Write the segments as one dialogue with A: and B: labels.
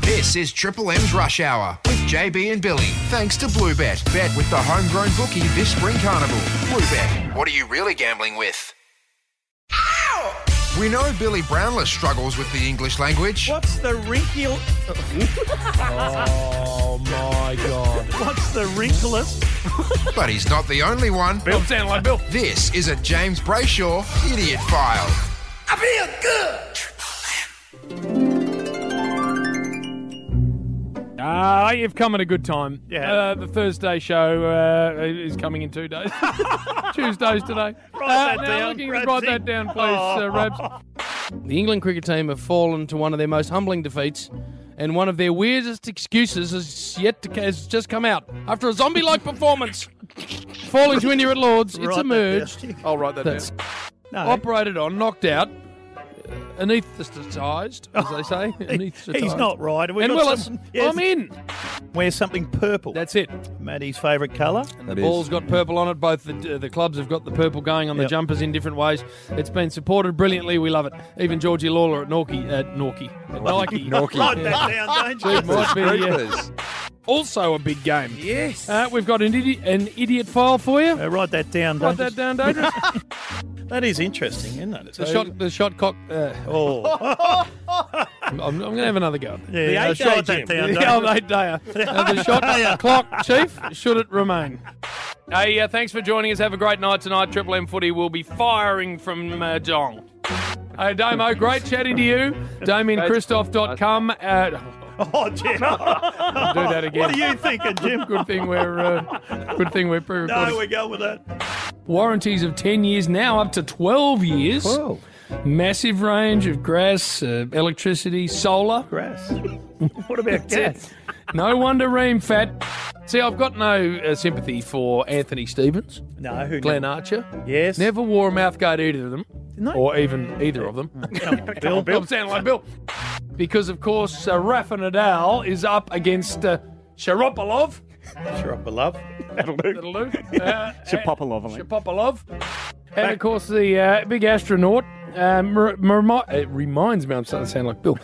A: This is Triple M's Rush Hour with JB and Billy. Thanks to Bluebet. Bet with the homegrown bookie this spring carnival. Bluebet. What are you really gambling with? We know Billy Brownless struggles with the English language.
B: What's the wrinkle?
C: Oh my god.
B: What's the wrinklest?
A: But he's not the only one.
C: Bill, sound like Bill.
A: This is a James Brayshaw Idiot File.
C: Ah, you've come at a good time.
B: Yeah.
C: Uh, the Thursday show uh, is coming in two days. Tuesday's today.
B: that
C: uh, now
B: down, Oh.
C: looking- write
B: Rabsy.
C: that down, please, uh, Rabs. The England cricket team have fallen to one of their most humbling defeats, and one of their weirdest excuses has yet to, has just come out after a zombie-like performance. Falling to India at Lords,
B: Write
C: it's
B: that
C: emerged.
B: down.
C: I'll write that
B: That's- No.
C: Operated on, knocked out, uh, anaesthetised, as they say. anaesthetised.
B: He's not right. We've
C: and
B: got
C: Willis,
B: some- yes,
C: I'm in.
B: Wear something purple. That's
C: That's it.
B: Maddie's favourite colour.
C: The ball's got purple on it. Both the, uh, the clubs have got the purple going on the
B: Yep.
C: jumpers in different ways. It's been supported brilliantly. We love it. Even Georgie Lawler at Norkey, at Norkey, at Nike.
B: Write that down, don't
C: It
B: you?
C: might be, uh, also a big game.
B: Yes.
C: Uh, we've got an, idi- an idiot file for you.
B: Uh, write that down,
C: Write
B: don't
C: that
B: you?
C: down, David.
B: That is interesting, isn't it?
C: the shot, the shot cock. Uh,
B: Oh,
C: I'm, I'm going to have another go. at that.
B: yeah,
D: eight
B: uh,
D: day
B: write that
D: gym.
B: down,
C: Yeah,
B: don't
C: I'm eight dayer. Uh, the shot clock, Chief, should it remain? Hey, uh, thanks for joining us. Have a great night tonight. Triple M Footy will be firing from uh, Jong. Hey, Damo, great chatting to you. DamianChristoph.com. Uh,
B: Oh, Jim.
C: do that again.
B: What are you thinking, Jim?
C: Good thing we're uh, good thing we're pre-recorded.
B: No, we go with that.
C: Warranties of ten years now, up to twelve years. Massive range of grass, uh, electricity, solar.
B: grass. what about gas?
C: No wonder Ream fat. See, I've got no uh, sympathy for Anthony Stevens,
B: No, who
C: Glenn Archer.
B: Yes.
C: Never wore a mouthguard either of them,
B: No.
C: or even either of them.
B: Come on, Bill.
C: I'm sounding like Bill. Because, of course, uh, Rafa Nadal is up against uh, Sharopolov.
B: Sure, up a love. That'll do.
C: That'll do. Uh,
D: Shapopolov, I think.
C: Shapopolov. And, of course, the uh, big astronaut. Um, re- remi- it reminds me, I'm starting to sound like Bill.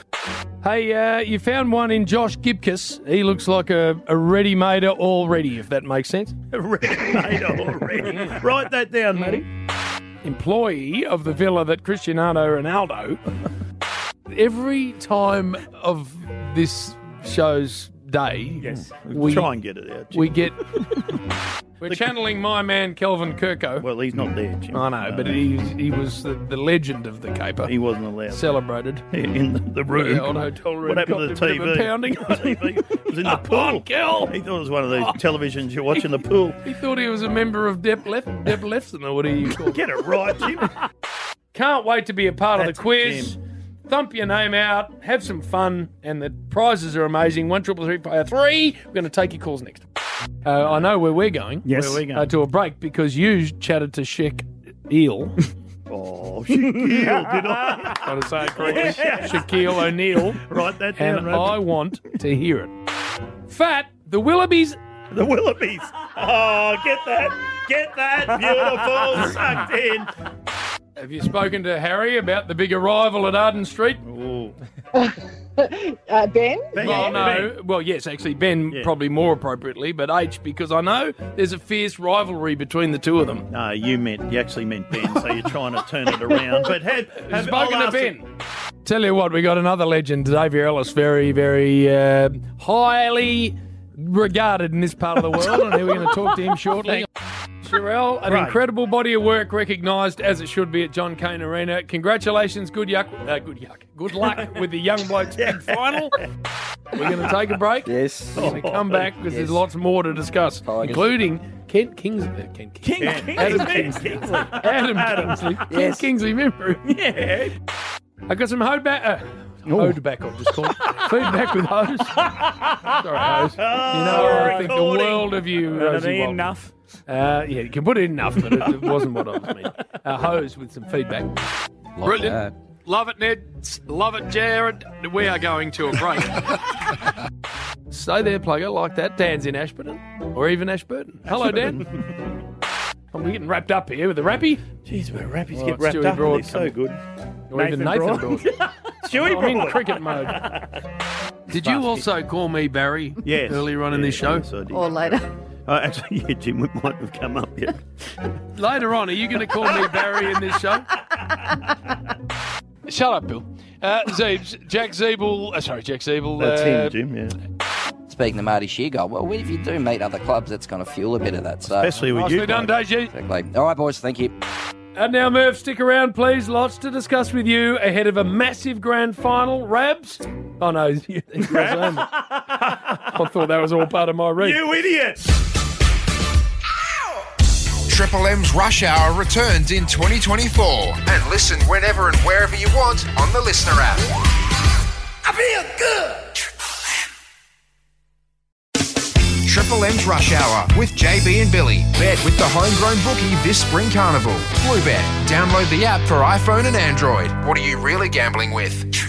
C: Hey, uh, you found one in Josh Gibkiss. He looks like a, a ready-mader already, if that makes sense.
B: Made already. Write that down, Matty.
C: employee of the villa that Cristiano Ronaldo. Every time of this show's day, yes, we
B: Try and get it out. Jim.
C: we get we're channeling my man Kelvin Kirko.
B: well, he's not there, Jim. Uh,
C: I know, but he he was the, the legend of the caper.
B: he wasn't allowed
C: celebrated
B: in the, the room.
C: Yeah, on hotel room.
B: What happened to the
C: got a bit of a
B: TV?
C: Pounding. Oh,
B: TV was in the pool. He thought it was one of those televisions you watch in the pool.
C: he thought he was a member of Dep Left Dep Leftson or whatever you call. it.
B: Get it right, Jim.
C: Can't wait to be a part of
B: That's
C: the quiz. Thump your name out, have some fun, and the prizes are amazing. One triple three player three. We're going to take your calls next. Uh, I know where we're going.
D: Yes.
B: Where we going?
C: Uh, to a break because you chatted to Sheik Eel.
B: oh, she killed, did I? Oh,
C: Got to say it correctly. Shaquille O'Neal.
B: Write that down,
C: And
B: Rob.
C: I want to hear it. Fat, the Willoughbys.
B: The Willoughbys. Oh, get that. Get that. Beautiful. Sucked in.
C: Have you spoken to Harry about the big arrival at Arden Street?
B: Ooh.
E: Uh, ben?
B: Ben,
C: Well,
B: Ben.
C: no. Well, yes, actually, Ben
B: Yeah.
C: probably more appropriately, but H because I know there's a fierce rivalry between the two of them.
B: No, Uh, you meant you actually meant Ben, so you're trying to turn it around. But have, have
C: Spoken
B: I'll ask
C: to
B: it-
C: Ben. Tell you what, we got another legend, Xavier Ellis, very, very uh, highly regarded in this part of the world, and we're going to talk to him shortly. Sherelle, an
B: Right.
C: incredible body of work recognised as it should be at John Cain Arena. Congratulations, good yuck, uh, good yuck, good luck with the Young Blokes Big Final. We're going to take a break.
D: Yes.
C: We're going to come back because there's lots more to discuss, including Kent Kings, uh, Kent King, Adam Kingsley, Adam, Kingsley, Kent Kingsley memory.
B: Yeah.
C: I got some hode back. Uh, hode back, I'll just call it. Feedback with hose. Sorry, hose. You know, I think the
B: recording.
C: world of you,
D: Not
C: Rosie Walton.
D: enough.
C: Uh, yeah, you can put it in enough, but it, it wasn't what I was meaning. A hose with some feedback. Brilliant. Love it, Ned. Love it, Jared. We are going to a break. Stay there, plugger, like that. Dan's in Ashburton, or even Ashburton. Hello, Dan. We're getting wrapped up here with the rappy.
B: Jeez, we're rappies
C: Well,
B: get wrapped
C: Stewie
B: up.
C: Broad
B: Broad, so good.
C: Or even
D: Nathan
C: Nathan
D: Broad.
C: Broad.
B: Stewie
C: I'm in
B: Broad.
C: cricket mode. Did you also call me Barry
B: Yes.
C: earlier on in this
B: Yeah,
C: show?
B: yes, I did.
D: Or later.
B: Uh, actually, yeah, Jim, we might have come up yet.
C: Later on, are you going to call me Barry in this show?
F: Shut up, Bill. Uh, Zeebs, Jack Zeeble. Uh, sorry, Jack Zeeble.
B: That's
F: uh,
B: him, Jim, yeah.
G: Speaking of Marty Sheargold, well, if you do meet other clubs, that's going to fuel a bit of that. So,
B: Especially with you.
C: Nicely done,
B: bloke.
C: Deji.
G: Exactly. all right, boys, thank you.
C: And now, Merv, stick around, please. Lots to discuss with you ahead of a massive grand final. Rabs? Oh, no. you- that's yours only. I thought that was all part of my read.
B: You idiot!
A: Triple M's Rush Hour returns in 2024. And listen whenever and wherever you want on the Listener app. I feel good! Triple M's Rush Hour with JB and Billy. Bet with the homegrown bookie this spring carnival. Bluebet. Download the app for iPhone and Android. What are you really gambling with?